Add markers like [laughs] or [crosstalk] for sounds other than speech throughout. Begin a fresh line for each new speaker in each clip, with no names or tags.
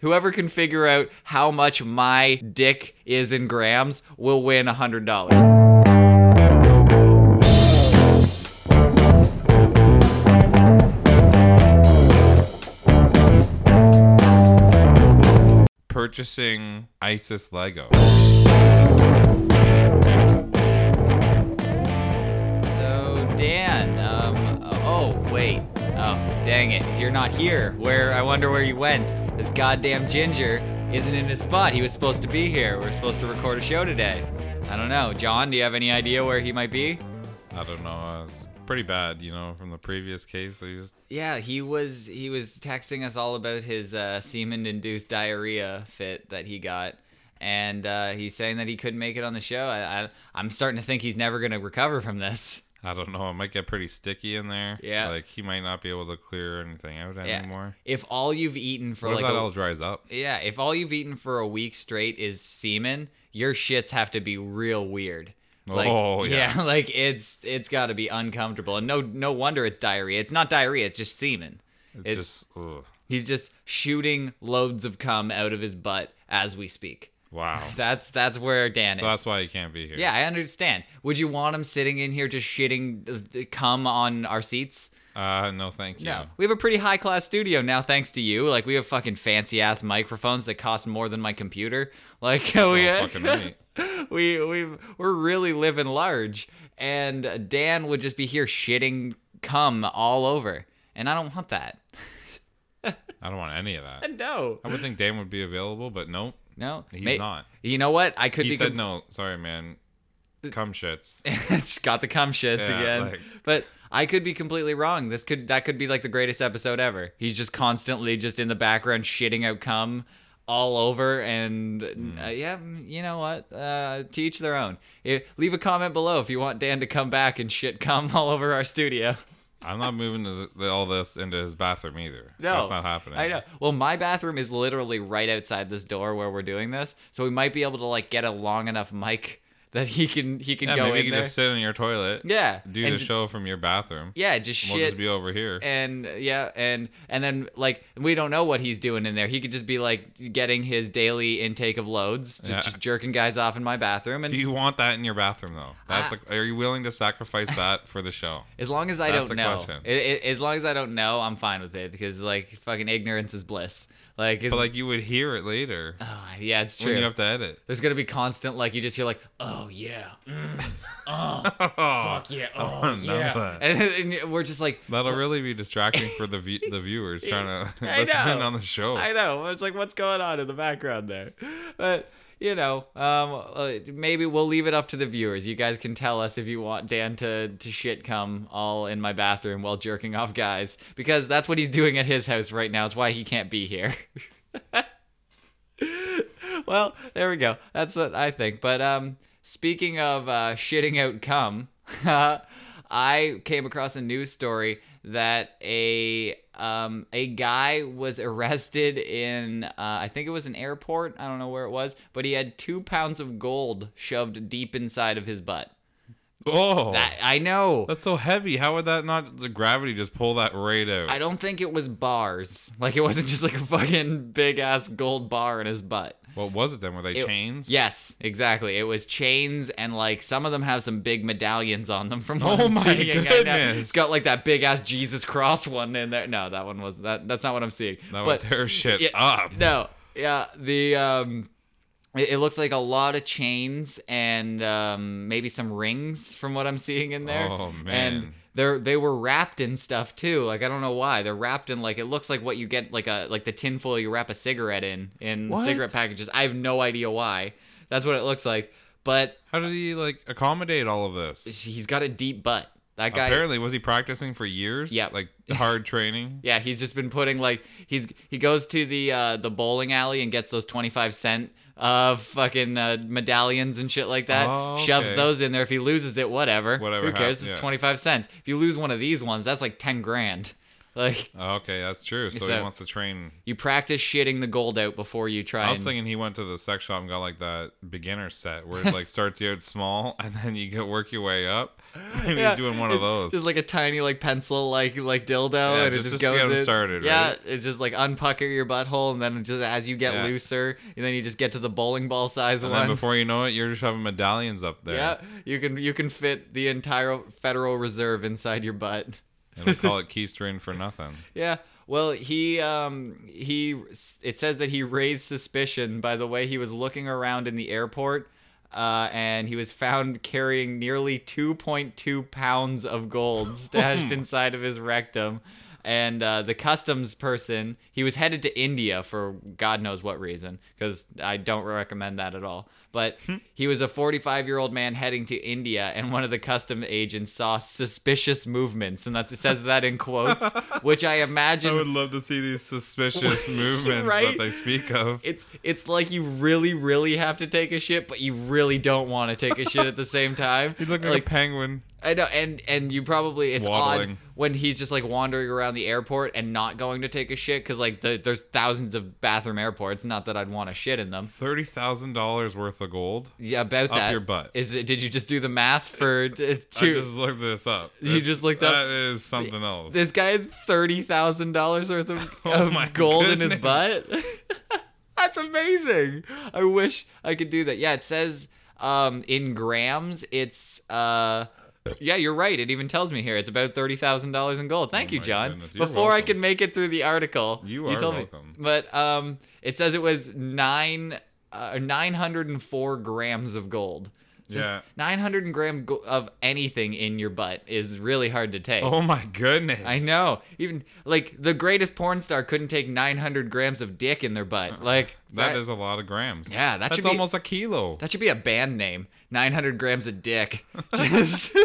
Whoever can figure out how much my dick is in grams will win $100.
Purchasing ISIS Lego.
So, Dan, um, oh, wait. Oh, dang it. You're not here. Where, I wonder where you went. This goddamn ginger isn't in his spot. He was supposed to be here. We're supposed to record a show today. I don't know. John, do you have any idea where he might be?
I don't know. It's pretty bad, you know, from the previous case. They just
Yeah, he was he was texting us all about his uh, semen-induced diarrhea fit that he got, and uh, he's saying that he couldn't make it on the show. I, I I'm starting to think he's never gonna recover from this.
I don't know. It might get pretty sticky in there.
Yeah.
Like he might not be able to clear anything out anymore.
If all you've eaten for
What
like
if that
a-
all dries up?
yeah, if all you've eaten for a week straight is semen, your shits have to be real weird. Like,
Oh,
[laughs]
yeah.
like it's it's got to be uncomfortable, and no no wonder it's diarrhea. It's not diarrhea; it's just semen.
It's
It-
just ugh.
He's just shooting loads of cum out of his butt as we speak. [laughs]
wow.
That's that's where Dan
so
is.
that's why he can't be here.
yeah, I understand. Would you want him sitting in here just shitting uh, cum on our seats?
Uh, no, thank you.
We have a pretty high class studio now, thanks to you. Like we have fucking fancy ass microphones that cost more than my computer. [laughs] Like we,
Oh, fucking right.
[laughs] we we we're really living large. And Dan would just be here shitting cum all over, and I don't want that.
I don't want any
[laughs]
of that.
No,
I would think Dan would be available, but nope.
no,
He's
Ma-
not.
You know what? I could
He
be [laughs]
said no. Sorry, man. Come shits.
Just got the cum shits
Yeah,
again.
like-
But I could be completely wrong. This could that could be like the greatest episode ever. He's just constantly just in the background shitting out cum all over and uh, yeah, mm, you know what? Uh, to each their own. Eh, leave a comment below if you want Dan to come back and shit cum [laughs] all over our studio.
I'm not moving the, the, all this into his bathroom either.
No,
that's not happening.
I know. Well, my bathroom is literally right outside this door where we're doing this, so we might be able to like get a long enough mic that he can he can
Yeah,
go
maybe
in
you can
there.
just sit in your toilet.
yeah,
Do
and
the
ju-
show from your bathroom.
Yeah, just
We'll
shit
just be over here.
and uh, yeah and and then like we don't know what he's doing in there he could just be like getting his daily intake of loads just,
Yeah.
just jerking guys off in my bathroom and
Do you want that in your bathroom though? That's
I-
like, are you willing to sacrifice that for the show?
as long as i
That's
don't
the
know
question.
i- i- as long as i don't know i'm fine with it because like fucking ignorance is bliss like it's
But like you would hear it later
oh, yeah it's true
when you have to
[laughs]
edit.
there's gonna be constant like you just hear like oh yeah [laughs]
Oh,
yeah oh
none of
yeah
that.
and, and we're just like
That'll really be distracting for the view
[laughs]
the viewers trying to
I
[laughs] listen in
know.
on the show.
I know. It's like, what's going on in the background there? But you know, um, uh, maybe we'll leave it up to the viewers. You guys can tell us if you want Dan to to shit come all in my bathroom while jerking off guys, because that's what he's doing at his house right now. It's why he can't be here. [laughs] well, there we go. That's what I think. But um, speaking of uh, shitting out cum, [laughs] I came across a news story that a um, a guy was [laughs] arrested in uh, I think it was an airport. I don't know where it was, but he had two pounds of gold shoved deep inside of his butt.
[laughs] oh,
That, I know.
that's so heavy. How would that not the gravity just pull that right out?
I don't think it was bars. Like it wasn't just like a fucking big ass gold bar in his butt.
what was it then? Were they
It-
chains?
Yes, exactly. It was chains, and like some of them have some big medallions on them. From what
Oh
I'm
my
seeing. I know.
goodness.
it's got like that big ass Jesus cross one in there. No, that one was that. That's not what I'm seeing.
That
but
would tear [laughs] shit
yeah,
up.
no, yeah, the um, it, it looks like a lot of chains and um, maybe some rings from what I'm seeing in there.
Oh,
And
man.
they're they were wrapped in stuff too. Like I don't know why they're wrapped in like it looks like what you get like a like the tinfoil you wrap a cigarette in in
What?
cigarette packages. I have no idea why. That's what it looks like. But
How did he like accommodate all of this?
he's got a deep butt. That guy.
Apparently, was he practicing for years?
Yep.
like hard training.
Yeah, he's just been putting like he's he goes to the uh the bowling alley and gets those 25 cent uh fucking uh, medallions and shit like that.
Oh,
Shoves
okay.
those in there if he loses it whatever.
Whatever
Who cares?
hap-
It's
yeah.
25 cents. If you lose one of these ones, that's like 10 grand. [laughs] Like
Oh, okay, that's true. So,
So-
he wants to train.
you practice shitting the gold out before you try.
I was
and-
thinking he went to the sex shop and got like that beginner set where it
[laughs]
like starts you out small [laughs] and then you go work your way up. [laughs] Maybe
Yeah,
he's doing one of
it's
those.
Just like a tiny like pencil like like dildo
Yeah,
and it just,
just- just to
goes
get 'em
in.
started,
yeah,
right?
it just like unpucker your butthole and then just as you get
Yeah.
looser and then you just get to the bowling ball size
and
one.
then before you know it, you're just having medallions up there.
yeah, you can you can fit the entire Federal Reserve inside your butt. [laughs]
And we call it keystring for nothing.
Yeah. Well, he um he it says that he raised suspicion by the way he was looking around in the airport. Uh, and he was found carrying nearly 2.2 pounds of gold stashed inside of his rectum. And uh, the customs person, he was headed to India for God knows what reason, because I don't recommend that at all. But
Hmm.
he was a 45 year old man heading to India, and one of the custom agents saw suspicious movements, and that's, it says that in
[laughs]
quotes, which I
I
imagine
would love to see these
[laughs]
suspicious movements
Right?
that they speak of.
it's it's like you really really have to take a shit but you really don't want to take a shit at the same
[laughs]
time
He's looking
like
like a penguin.
i know and and you probably it's odd
Waddling.
when he's just like wandering around the airport and not going to take a shit because like the, there's thousands of bathroom airports not that i'd want to shit in them
Thirty thousand dollars worth of gold.
yeah about
Up
that
your butt.
is it did you just do the math for uh, t-
I
two
just looked this up.
You just looked up-
That is something else.
this guy had thirty thousand dollars worth of,
[laughs] Oh
of
my
gold in his
goodness.
butt. [laughs] That's amazing. I wish I could do that. Yeah, it says um, in grams. It's uh, yeah, you're right. It even tells me here it's about thirty thousand dollars in gold. Thank you,
Oh my
John.
goodness, you're
Before I
welcome.
could make it through the article,
You are
told
welcome.
me. But um, it says it was nine uh, nine hundred and four grams of gold. Just
Yeah.
900 gram go- of anything in your butt is really hard to take.
oh my goodness!
I know. Even like the greatest porn star couldn't take 900 grams of dick in their butt. Like
Uh-uh. that is a lot of grams.
Yeah, that
that's
should be-
almost a kilo.
that should be a band name. 900 grams of
[laughs]
dick. Just- [laughs]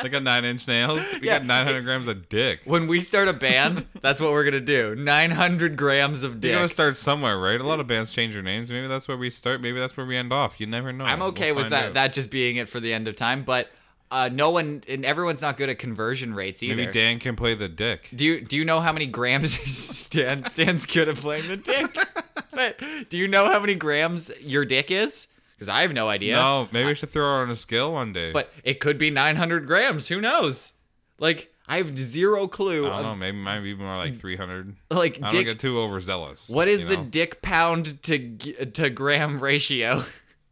They got nine inch nails. We
Yeah.
got nine hundred grams of dick.
when we start a band, that's what we're gonna do. 900 grams of
You
dick.
gotta start somewhere, right? A lot of bands change their names. Maybe that's where we start. Maybe that's where we end off. You never know.
I'm okay
We'll
with
find
that.
out.
That just being it for the end of time. But uh, no one and everyone's not good at conversion rates either.
Maybe Dan can play the dick.
Do you do you know how many grams [laughs] Dan Dan's good at playing the
[laughs]
dick? but do you know how many grams your dick is? Because I have no idea.
No, maybe we should throw her on a scale one day.
But it could be 900 grams. Who knows? Like I have zero clue.
I don't know.
Of,
Maybe might be more like three hundred.
like
I don't
Mm. dick.
get too overzealous.
what is
you
the
know?
dick pound to g- to gram [laughs] ratio?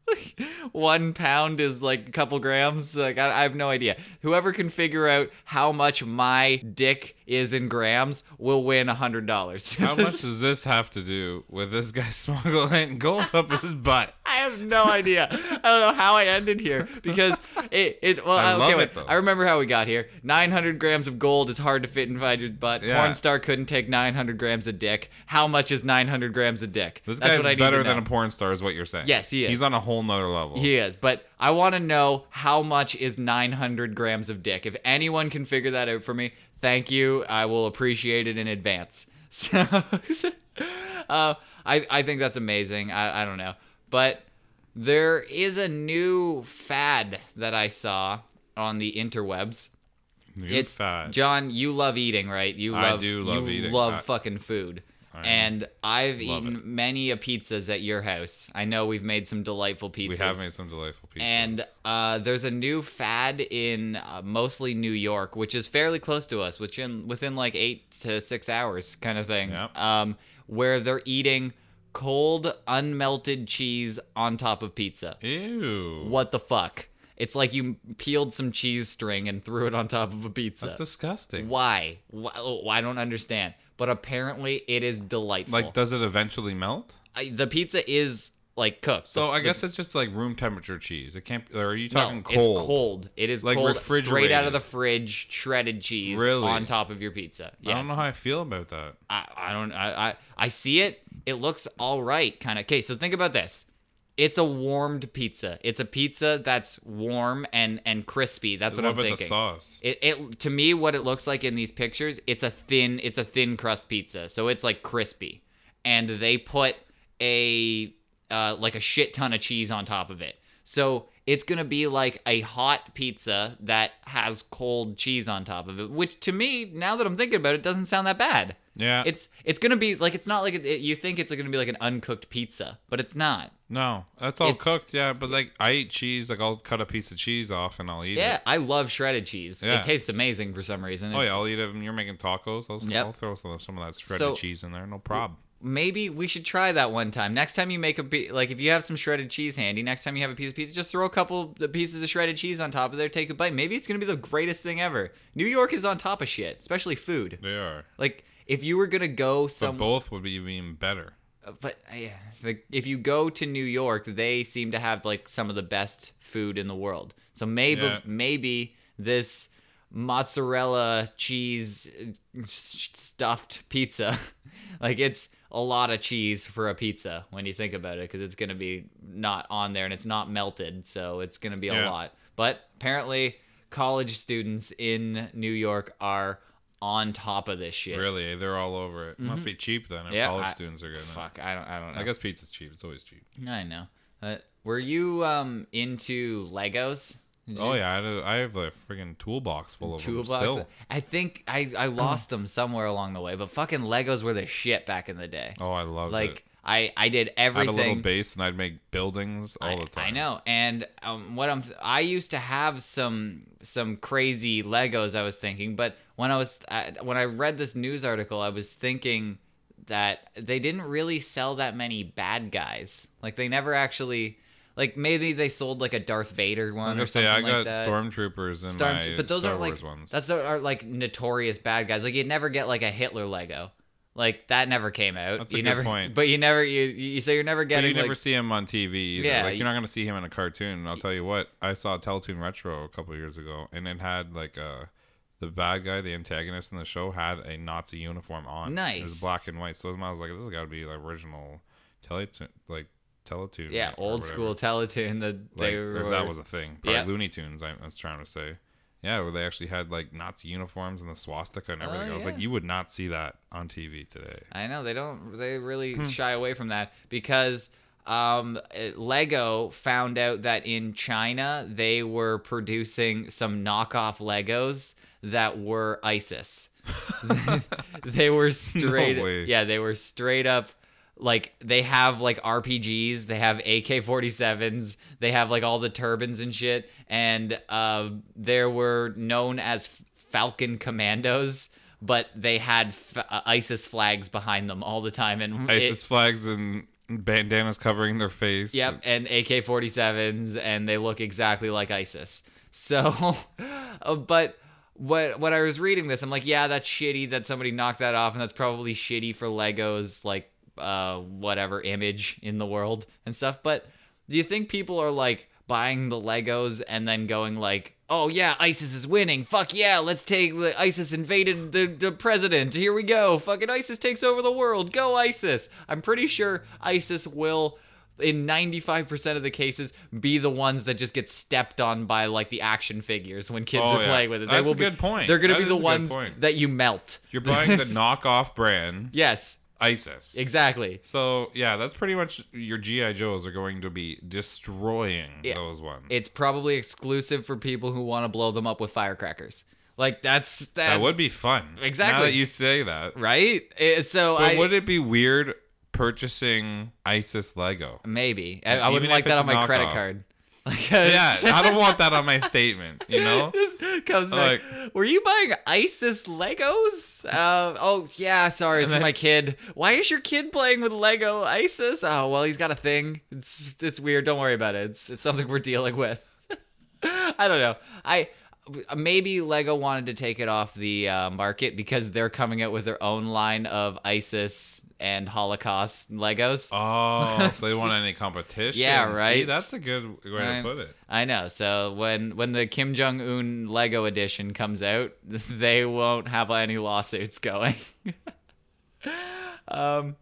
Like, One pound is like a couple grams. Like I, I have no idea. Whoever can figure out how much my dick is in grams will win a hundred dollars. [laughs]
How much does this have to do with this guy [laughs] smuggling gold up his butt?
I have no idea. I don't know how I ended here because it. it well,
I
okay,
love
wait.
it, though.
I remember how we got here. Nine hundred grams of gold is hard to fit inside your butt.
Yeah.
Porn star couldn't take nine hundred grams of dick. How much is nine hundred grams of dick?
This
That's
guy's
what I need
better
to
than
know.
a porn star, is what you're saying.
Yes, he is.
He's on a whole nother level.
He is, but I want to know how much is 900 grams of dick. If anyone can figure that out for me, thank you. I will appreciate it in advance. [laughs] So, uh, I I think that's amazing. I I don't know, but there is a new fad that I saw on the interwebs.
New
It's
fad.
John. You love eating, right? You love.
I do love
you
eating.
Love
I-
fucking food. and I've
love
eaten many a pizzas at your house. I know we've made some delightful pizzas.
we have made some delightful pizzas.
And uh, there's a new fad in uh, mostly New York, which is fairly close to us, which in within like eight to six hours kind of thing,
Yep.
um, where they're eating cold, unmelted cheese on top of pizza.
ew,
What the fuck? It's like you peeled some cheese string and threw it on top of a pizza.
that's disgusting.
Why? Why? oh, I don't understand. But apparently, it is delightful.
Like, does it eventually melt?
I, the pizza is like cooked.
So
The-
I
the
guess it's just like room temperature cheese. It can't. Or are you
No,
talking
It's cold. It is
Like
cold, straight out of
refrigerated.
the fridge, shredded cheese
Really?
on top of your pizza. Yeah,
I don't know how I feel about that.
I, I don't. I, I I see it. It looks all right, kind of. Okay, so think about this. It's a warmed pizza. It's a pizza that's warm and and crispy. That's what,
what
I'm
about
thinking.
the sauce?
It, it to me what it looks like in these pictures it's a thin it's a thin crust pizza so it's like crispy and they put a uh, like a shit ton of cheese on top of it so it's gonna be like a hot pizza that has cold cheese on top of it. Which to me, now that I'm thinking about it, doesn't sound that bad.
Yeah.
It's it's gonna be like it's not like it, it- you think it's gonna be like an uncooked pizza, but it's not.
no, that's all
it's-
cooked. Yeah, but like I eat cheese. Like I'll cut a piece of cheese off and I'll eat
Yeah,
it.
I love shredded cheese.
Yeah.
It tastes amazing for some reason.
Oh
It's-
yeah, I'll eat it. When you're making tacos, I'll,
Yep.
I'll throw some, some of that shredded
So-
cheese in there. No problem.
Maybe we should try that one time. Next time you make a pi- like if you have some shredded cheese handy, next time you have a piece of pizza, just throw a couple the pieces of shredded cheese on top of there, take a bite. Maybe it's going to be the greatest thing ever. New York is on top of shit, especially food.
They are.
Like if you were going to go
But
some
both would be even better.
but yeah, like, if you go to New York, they seem to have like some of the best food in the world. So maybe
Yeah.
maybe this mozzarella cheese uh, s- stuffed pizza, [laughs] like it's a lot of cheese for a pizza when you think about it, because it's gonna be not on there and it's not melted, so it's gonna be a
Yeah.
lot. But apparently, college students in New York are on top of this shit.
Really, they're all over it. Must be cheap then. If
Mm-hmm. Yeah,
college
I-
students are good. at it.
Fuck, I don't, I don't know.
I guess pizza's cheap. It's always cheap.
I know. Uh, were you um into Legos? Did
Oh
you-
yeah, I, do, I have a friggin' toolbox full of them
Toolbox?
still.
I think I I lost them somewhere along the way, but fucking Legos were the shit back in the day.
Oh, I love
like
it.
I I did
I had a
everything.
little base and I'd make buildings all
I-
the time.
I know, and um, what I'm I used to have some some crazy Legos. I was thinking, but when I was I, when I read this news article, I was thinking that they didn't really sell that many bad guys. Like they never actually like maybe they sold like a Darth Vader one
I'm
or
gonna say
something
I
like
got
that.
stormtroopers in
Storm-
my
but those
Star
aren't like
Wars ones.
that's are like notorious bad guys. Like you'd never get like a Hitler Lego. Like that never came out.
That's a
you
good
never,
point.
but you never you, you so you're never
But
getting
you never
like,
see him on TV either.
Yeah,
like
you-
you're not gonna see him in a cartoon. And I'll tell you what, I saw Teletoon Retro a couple years ago, and it had like uh the bad guy, the antagonist in the show, had a Nazi uniform on. It
Nice.
was black and white. So I was like, this has got to be the original Teletoon, like Teletoon.
yeah
or
old
whatever.
school Teletoon. The
like
they
or
were,
if that was a thing. Probably
Yeah.
Looney Tunes. I was trying to say, yeah, where they actually had like Nazi uniforms and the swastika and everything. I was
Oh, yeah.
like, you would not see that on TV today.
I know they don't. They really shy away from that because um, eh, Lego found out that in China they were producing some knockoff Legos that were ISIS. [laughs] they were straight.
way.
yeah, they were straight up. Like they have like RPGs, they have AK 47s, they have like all the turbans and shit, and uh, there were known as Falcon Commandos, but they had f- uh, ISIS flags behind them all the time, and it-
ISIS flags and bandanas covering their face.
Yep, and AK 47s, and they look exactly like ISIS. So, [laughs] uh, but what when I was reading this, I'm like, yeah, that's shitty that somebody knocked that off, and that's probably shitty for Lego's, like, uh, whatever image in the world and stuff. But do you think people are like buying the Legos and then going, like, oh yeah, ISIS is winning. Fuck yeah, let's take the ISIS invaded the, the president. Here we go. Fucking ISIS takes over the world. Go ISIS. I'm pretty sure ISIS will in 95% of the cases be the ones that just get stepped on by like the action figures when kids
Oh,
are
yeah.
playing with it.
That's
will
a good
be,
point.
They're going
That
to be
is
the
a good
ones
point.
that you melt.
You're
[laughs]
buying the knockoff brand
Yes,
ISIS.
exactly.
So yeah, that's pretty much your GI Joes are going to be destroying those ones.
It's probably exclusive for people who want to blow them up with firecrackers. Like that's that's
that would be fun. Now
Exactly.
that you say that,
right. Eh, so
but
I
would it be weird purchasing ISIS Lego?
maybe I, I wouldn't
Even
like
if it's
that on my
a
credit
knockoff.
card. [laughs] Like, [laughs]
Yeah, I don't want that on my statement. You know.
Just comes back. Were you buying ISIS Legos? Uh, oh yeah, sorry, it's for
then-
my kid. Why is your kid playing with Lego ISIS? Oh well, he's got a thing. It's it's weird. Don't worry about it. It's it's something we're dealing with. [laughs] I don't know. I maybe Lego wanted to take it off the uh, market because they're coming out with their own line of ISIS and Holocaust Legos.
Oh, so they want any competition?
Yeah,
See,
right.
that's a good way to
Right.
put it.
I know. So when when the Kim Jong Un Lego edition comes out, [laughs] they won't have any lawsuits going. [laughs] um,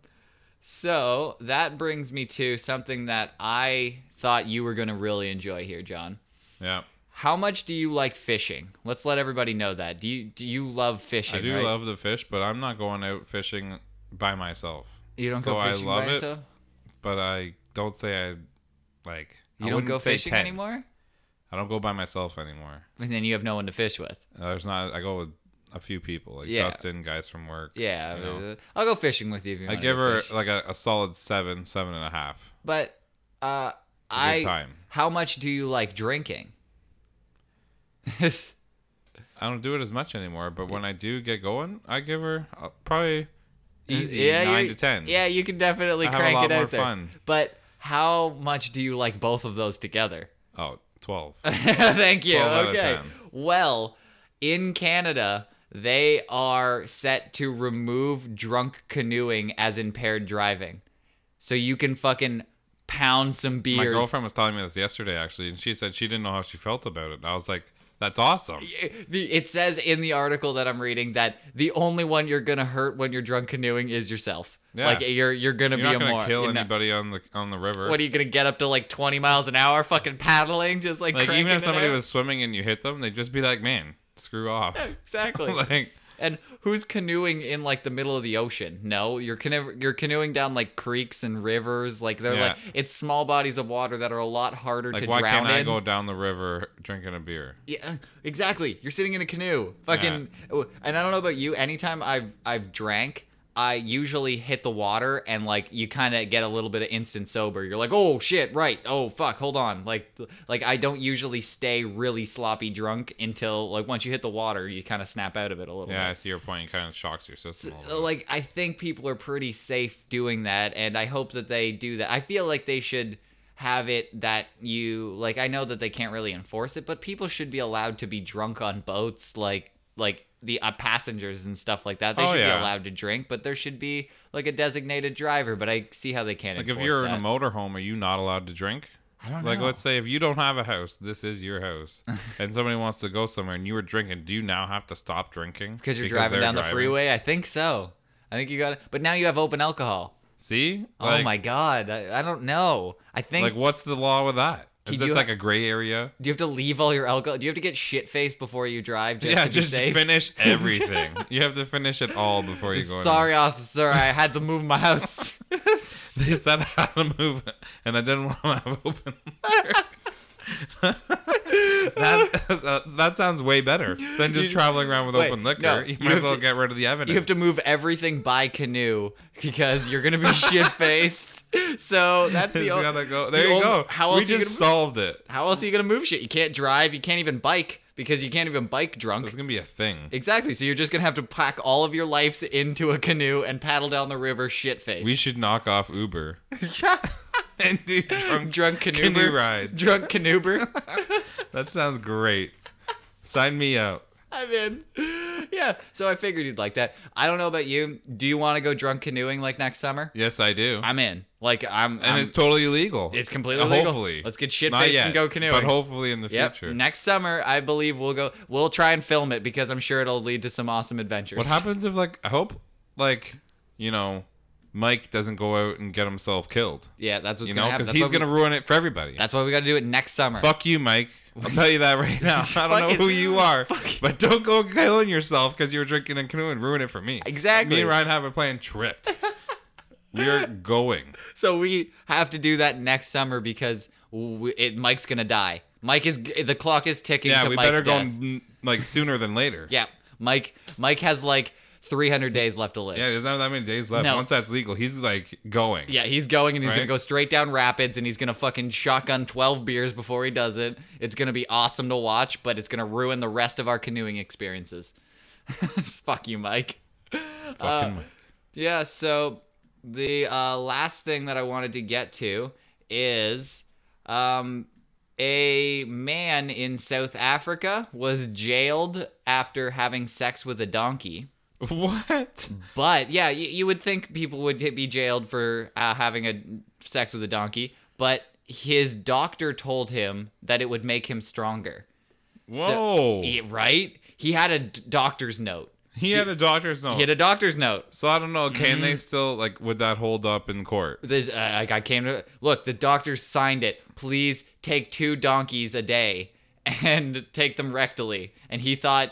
so that brings me to something that I thought you were going to really enjoy here, John.
Yeah,
How much do you like fishing? Let's let everybody know that. Do you do you love fishing?
I do
right?
love the fish, but I'm not going out fishing by myself.
You don't
so
go
I
fishing
love
by
it.
yourself.
But I don't say I like.
You
I
don't
wouldn't
go
say
fishing
10.
anymore.
I don't go by myself anymore.
And then you have no one to fish with.
Uh, There's not. I go with a few people, like
Yeah.
Justin, guys from work.
Yeah,
You know.
I'll go fishing with you. If you
I
wanna
give
go
her
fish.
like a, a solid seven, seven and a half.
But uh,
a good
I.
time.
How much do you like drinking? [laughs]
I don't do it as much anymore, but when I do get going, I give her uh, probably easy nine
you-
to ten.
Yeah, you can definitely
I have a
crank
lot
it out
more
there.
fun.
But how much do you like both of those together? [laughs]
Oh, 12.
Thank you.
12 out of
Okay.
10.
Well, in Canada, they are set to remove drunk canoeing as impaired driving. So you can fucking pound some
My
beers.
girlfriend was telling me this yesterday, actually, and she said she didn't know how she felt about it. I was like, that's awesome.
The- It says in the article that I'm reading that the only one you're gonna hurt when you're drunk canoeing is yourself.
Yeah.
Like you're you're gonna be
You're not
a
going
moron.
to kill
You're not-
anybody on the on the river.
What are you gonna get up to like 20 miles an hour, fucking paddling, just like
like, even
cranking it
if somebody
out?
was [laughs] swimming and you hit them, they'd just be like, man, screw off. [laughs]
exactly.
like,
and who's canoeing in like the middle of the ocean? No, you're canoe- you're canoeing down like creeks and rivers. Like they're
Yeah.
like it's small bodies of water that are a lot harder
like
to
why
drown
can't I
in.
go down the river drinking a beer?
Yeah, exactly. You're sitting in a canoe. Fucking and I don't know about you, anytime I've I've drank, I usually hit the water and like you kind of get a little bit of instant sober. You're like, "Oh shit, right. Oh fuck, hold on." Like like I don't usually stay really sloppy drunk until like once you hit the water, you kind of snap out of it a little
Yeah, I
bit.
see your point. It kind of shocks your system a
So,
little bit.
Like I think people are pretty safe doing that and I hope that they do that. I feel like they should have it that you like I know that they can't really enforce it, but people should be allowed to be drunk on boats like like the uh, passengers and stuff like that. They
Oh,
should be
yeah.
allowed to drink, but there should be like a designated driver, but I see how they can't
Like, if
enforce
you're
that.
in a motorhome, are you not allowed to drink?
I don't
Like,
know.
let's say if you don't have a house, this is your
[laughs]
house, and somebody wants to go somewhere and you were drinking, do you now have to stop drinking?
because you're driving
they're
down the
driving?
freeway, I think so. I think you got it. But now you have open alcohol.
See?
oh
Like-
my god. I, I don't know. I think
Like, what's the law with that? Is
Can
this
you-
like a gray area?
Do you have to leave all your alcohol? Do you have to get shit faced before you drive just
yeah,
to
just
be safe? [laughs]
finish everything. you have to finish it all before you go. in.
Sorry, officer, I had to move my
[laughs]
house.
They said how to move, it, and I didn't want to have [laughs] open. that, [laughs] that that sounds way better than just
You-
traveling around with
wait,
open liquor.
no,
you
you
might as
have
well
to-
get rid of the evidence.
you have to move everything by canoe because you're gonna be shit
[laughs]
faced. So that's the
It's
o-
gotta go.
the
There you
only-
go.
How
we
else you
just
gonna move?
solved it.
How else are you gonna move shit? You can't drive. You can't even bike because you can't even bike drunk.
It's gonna be a thing.
Exactly. So you're just gonna have to pack all of your lives into a canoe and paddle down the river shit faced.
We should knock off
[laughs]
Uber and do drunk.
drunk
Canoe
canoe
rides.
Drunk canoe.
[laughs] That sounds great. Sign me up.
[laughs] I'm in. Yeah, so I figured you'd like that. I don't know about you. Do you want to go drunk canoeing like next summer?
Yes, I do.
I'm in. Like I'm.
and
I'm-
it's totally illegal.
it's completely legal.
Hopefully,
Let's get shit
Not
faced and
yet,
go canoeing.
But hopefully in the
yep.
future.
Next summer, I believe we'll go. We'll try and film it because I'm sure it'll lead to some awesome adventures.
What happens if like I hope like you know Mike doesn't go out and get himself killed?
Yeah, that's what's
You know,
gonna happen.
because
That's
he's
why we-
gonna ruin it for everybody.
That's why we got to do it next summer.
Fuck you, Mike. I'll tell you
[laughs]
that right now. I don't
Fucking-
know who you are,
fucking-
but don't go killing yourself because you were drinking and canoeing. Ruin it for me.
Exactly.
Me and Ryan have a
[laughs]
plan. Tripped. We're going.
So we have to do that next summer because we, it, Mike's gonna die. Mike is the clock is ticking.
Yeah,
to
we
Mike's
better go
death.
n- like sooner than later.
Yeah, Mike. Mike has like 300 days left to live.
Yeah, there's not that many days left.
No.
Once that's legal, he's like going.
Yeah, he's going and he's gonna
Right?
go straight down rapids and he's gonna fucking shotgun twelve beers before he does it. It's gonna be awesome to watch, but it's gonna ruin the rest of our canoeing experiences. [laughs] Fuck you, Mike. Uh,
Fucking Mike.
Yeah, so the uh, last thing that I wanted to get to is um, a man in South Africa was jailed after having sex with a donkey.
[laughs] What?
But yeah, you, you would think people would get- be jailed for uh, having a sex with a donkey, but his doctor told him that it would make him stronger. So-
Whoa.
Yeah, right? He had a d- doctor's note.
he had a doctor's note.
He had a Mm-hmm. doctor's note.
So I don't know. Can they still like? Would that hold up in court?
This, uh, like I came to look. The doctor signed it. Please [laughs] take two donkeys a day and take them rectally. And he thought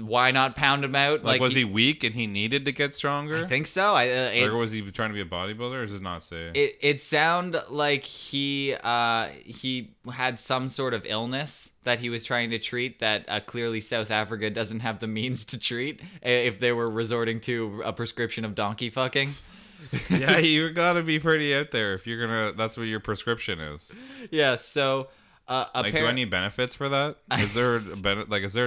why not pound him out?
Like, was he, weak and he needed to get stronger?
I think so. I, uh, it,
or was he trying to be a bodybuilder? Or does it not say?
it it sound like he uh he had some sort of illness that he was trying to treat that uh, clearly South Africa doesn't have the means to treat i- if they were resorting to a prescription of donkey
[laughs]
fucking. [laughs]
yeah, you gotta be pretty out there if you're gonna. That's what your prescription is.
Yeah, so uh
Like, do I
apparent-
need benefits for that? Is there a ben- like is there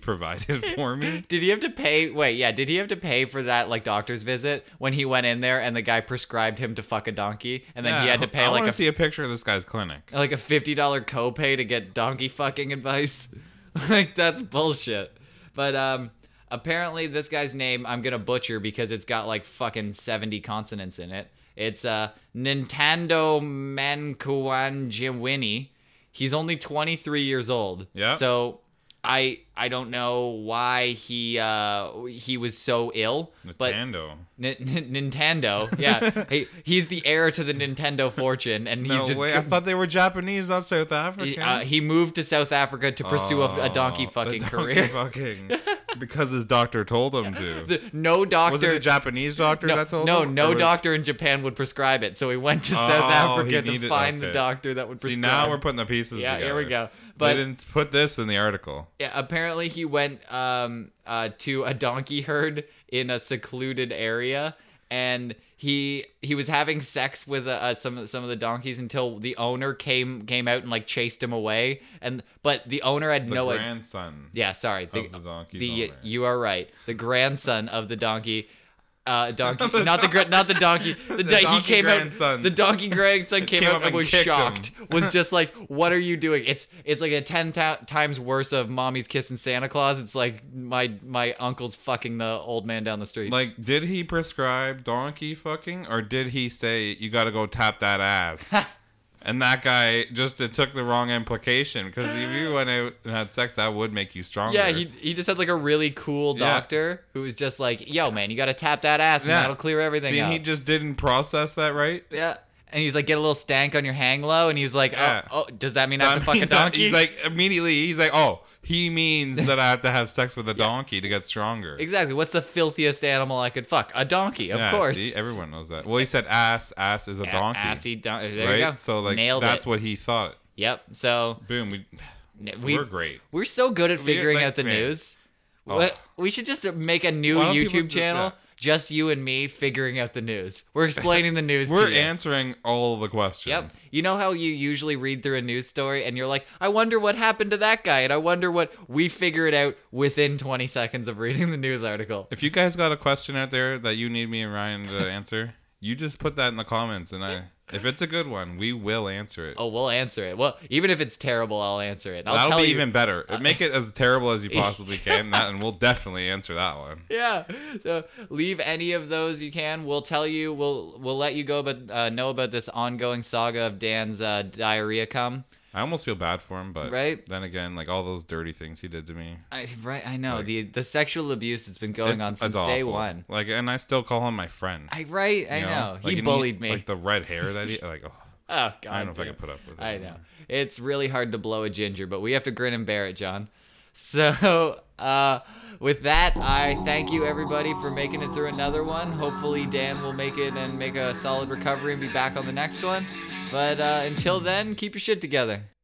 [laughs]
provided for me?
did he have to pay wait, yeah, did he have to pay for that like doctor's visit when he went in there and the guy prescribed him to fuck a donkey and then he
Yeah,
had to pay
I
like
want
a
to see a picture of this guy's clinic.
like a fifty dollar copay to get donkey fucking advice. [laughs] like that's bullshit. But um, apparently this guy's name I'm gonna butcher because it's got like fucking seventy consonants in it. It's uh Nintendo Mankuanjiwini. He's only 23 years old.
Yeah.
So I I don't know why he uh he was so ill, but
Nintendo.
N- N- Nintendo,
[laughs]
yeah, he, he's the heir to the Nintendo fortune, and he's
No
just
way. I thought they were Japanese, not South African.
he, uh, he moved to South Africa to pursue a, a donkey
Oh, the
fucking
donkey
career.
[laughs] fucking- because his doctor told him to.
[laughs] The- no
was it
doctor.
a Japanese doctor
no,
that told
no,
him?
no
Or was-
doctor in Japan would prescribe it, so he went to South
Oh, he
Africa to
needed-
find the
okay.
doctor that would prescribe.
See, now we're putting the pieces
yeah,
together.
here we go.
But
But
they didn't put this in the article.
yeah, apparently he went um, uh, to a donkey herd in a secluded area, and he he was having sex with uh, uh, some some of the donkeys until the owner came came out and like chased him away, and but the owner had
The
no idea.
grandson.
Yeah, sorry. The,
Of the donkey's
the-
owner.
you are right. The grandson of the donkey.
[laughs]
Uh, donkey, not the gra- not the donkey. The, do- he
donkey
came out.
grandson.
The donkey grandson
[laughs]
came,
Came
out
up
and
and
was
kicked
shocked.
[laughs]
was just like, "What are you doing?" It's it's like a ten thou- times worse of mommy's kiss and Santa Claus. It's like my my uncle's fucking the old man down the street.
Like, did he prescribe donkey fucking, or did he say you got to go tap
[laughs]
that ass? and that guy just it took the wrong implication because if you went out and had sex, that would make you stronger.
yeah, he, he just had like a really cool
Yeah.
doctor who was just like, "Yo, man, you gotta tap that ass, and
Yeah.
that'll clear everything
See,
out."
and he just didn't process that right.
yeah. And he's like, get a little stank on your hang low. And he's like, oh,
Yeah.
oh does that mean I
[laughs]
have to
That
fuck a
means that-
donkey?
He's like immediately. He's like, oh, he means that I have to have
[laughs]
sex with a donkey to get stronger.
Exactly. What's the filthiest animal I could fuck? A donkey, of
Yeah,
course.
See, everyone knows that. Well, he said ass. Ass is a
A-
donkey.
Assy donkey. There
right.
you go.
So like
nailed
that's
it.
what he thought.
Yep. So
Boom. We,
n- we,
we, are great.
We're so good at figuring
like,
out the
man.
news.
Oh.
What- We should just make a new
Why don't people
YouTube
just-
channel.
yeah.
Just you and me figuring out the news. We're
[laughs]
explaining the news.
We're
to you.
answering all the
Yep.
questions.
You know how you usually read through a news story and you're like, I wonder what happened to that guy, and I wonder what we figure it out within 20 seconds of reading the news article.
If you guys got a question out there that you need me and Ryan to answer, [laughs] you just put that in the comments, and I, if it's a good one, we will answer it.
Oh, we'll answer it. Well, even if it's terrible, I'll answer it. I'll
That'll
tell
be
you. Uh,
even better. Make it as
[laughs]
terrible as you possibly can, that, and we'll definitely answer that one.
yeah. So leave any of those you can. We'll tell you. We'll we'll let you go, but uh, know about this ongoing saga of Dan's uh, diarrhea cum.
I almost feel bad for him, but
Right?
then again, like all those dirty things he did to me.
I, right. I know the the sexual abuse that's been going
It's-
on
it's
since day
awful.
one.
Like, and I still call him my friend.
I right. I
you
know.
Like,
he
and
bullied me.
Like the red hair
[laughs]
that he like. Oh,
oh God.
I don't know if I
damn.
can put up with it.
I know. It's really hard to blow a ginger, but we have to grin and bear it, John. So, [laughs] uh, with that, I thank you everybody for making it through another one. Hopefully, Dan will make it and make a solid recovery and be back on the next one. But uh, until then, keep your shit together.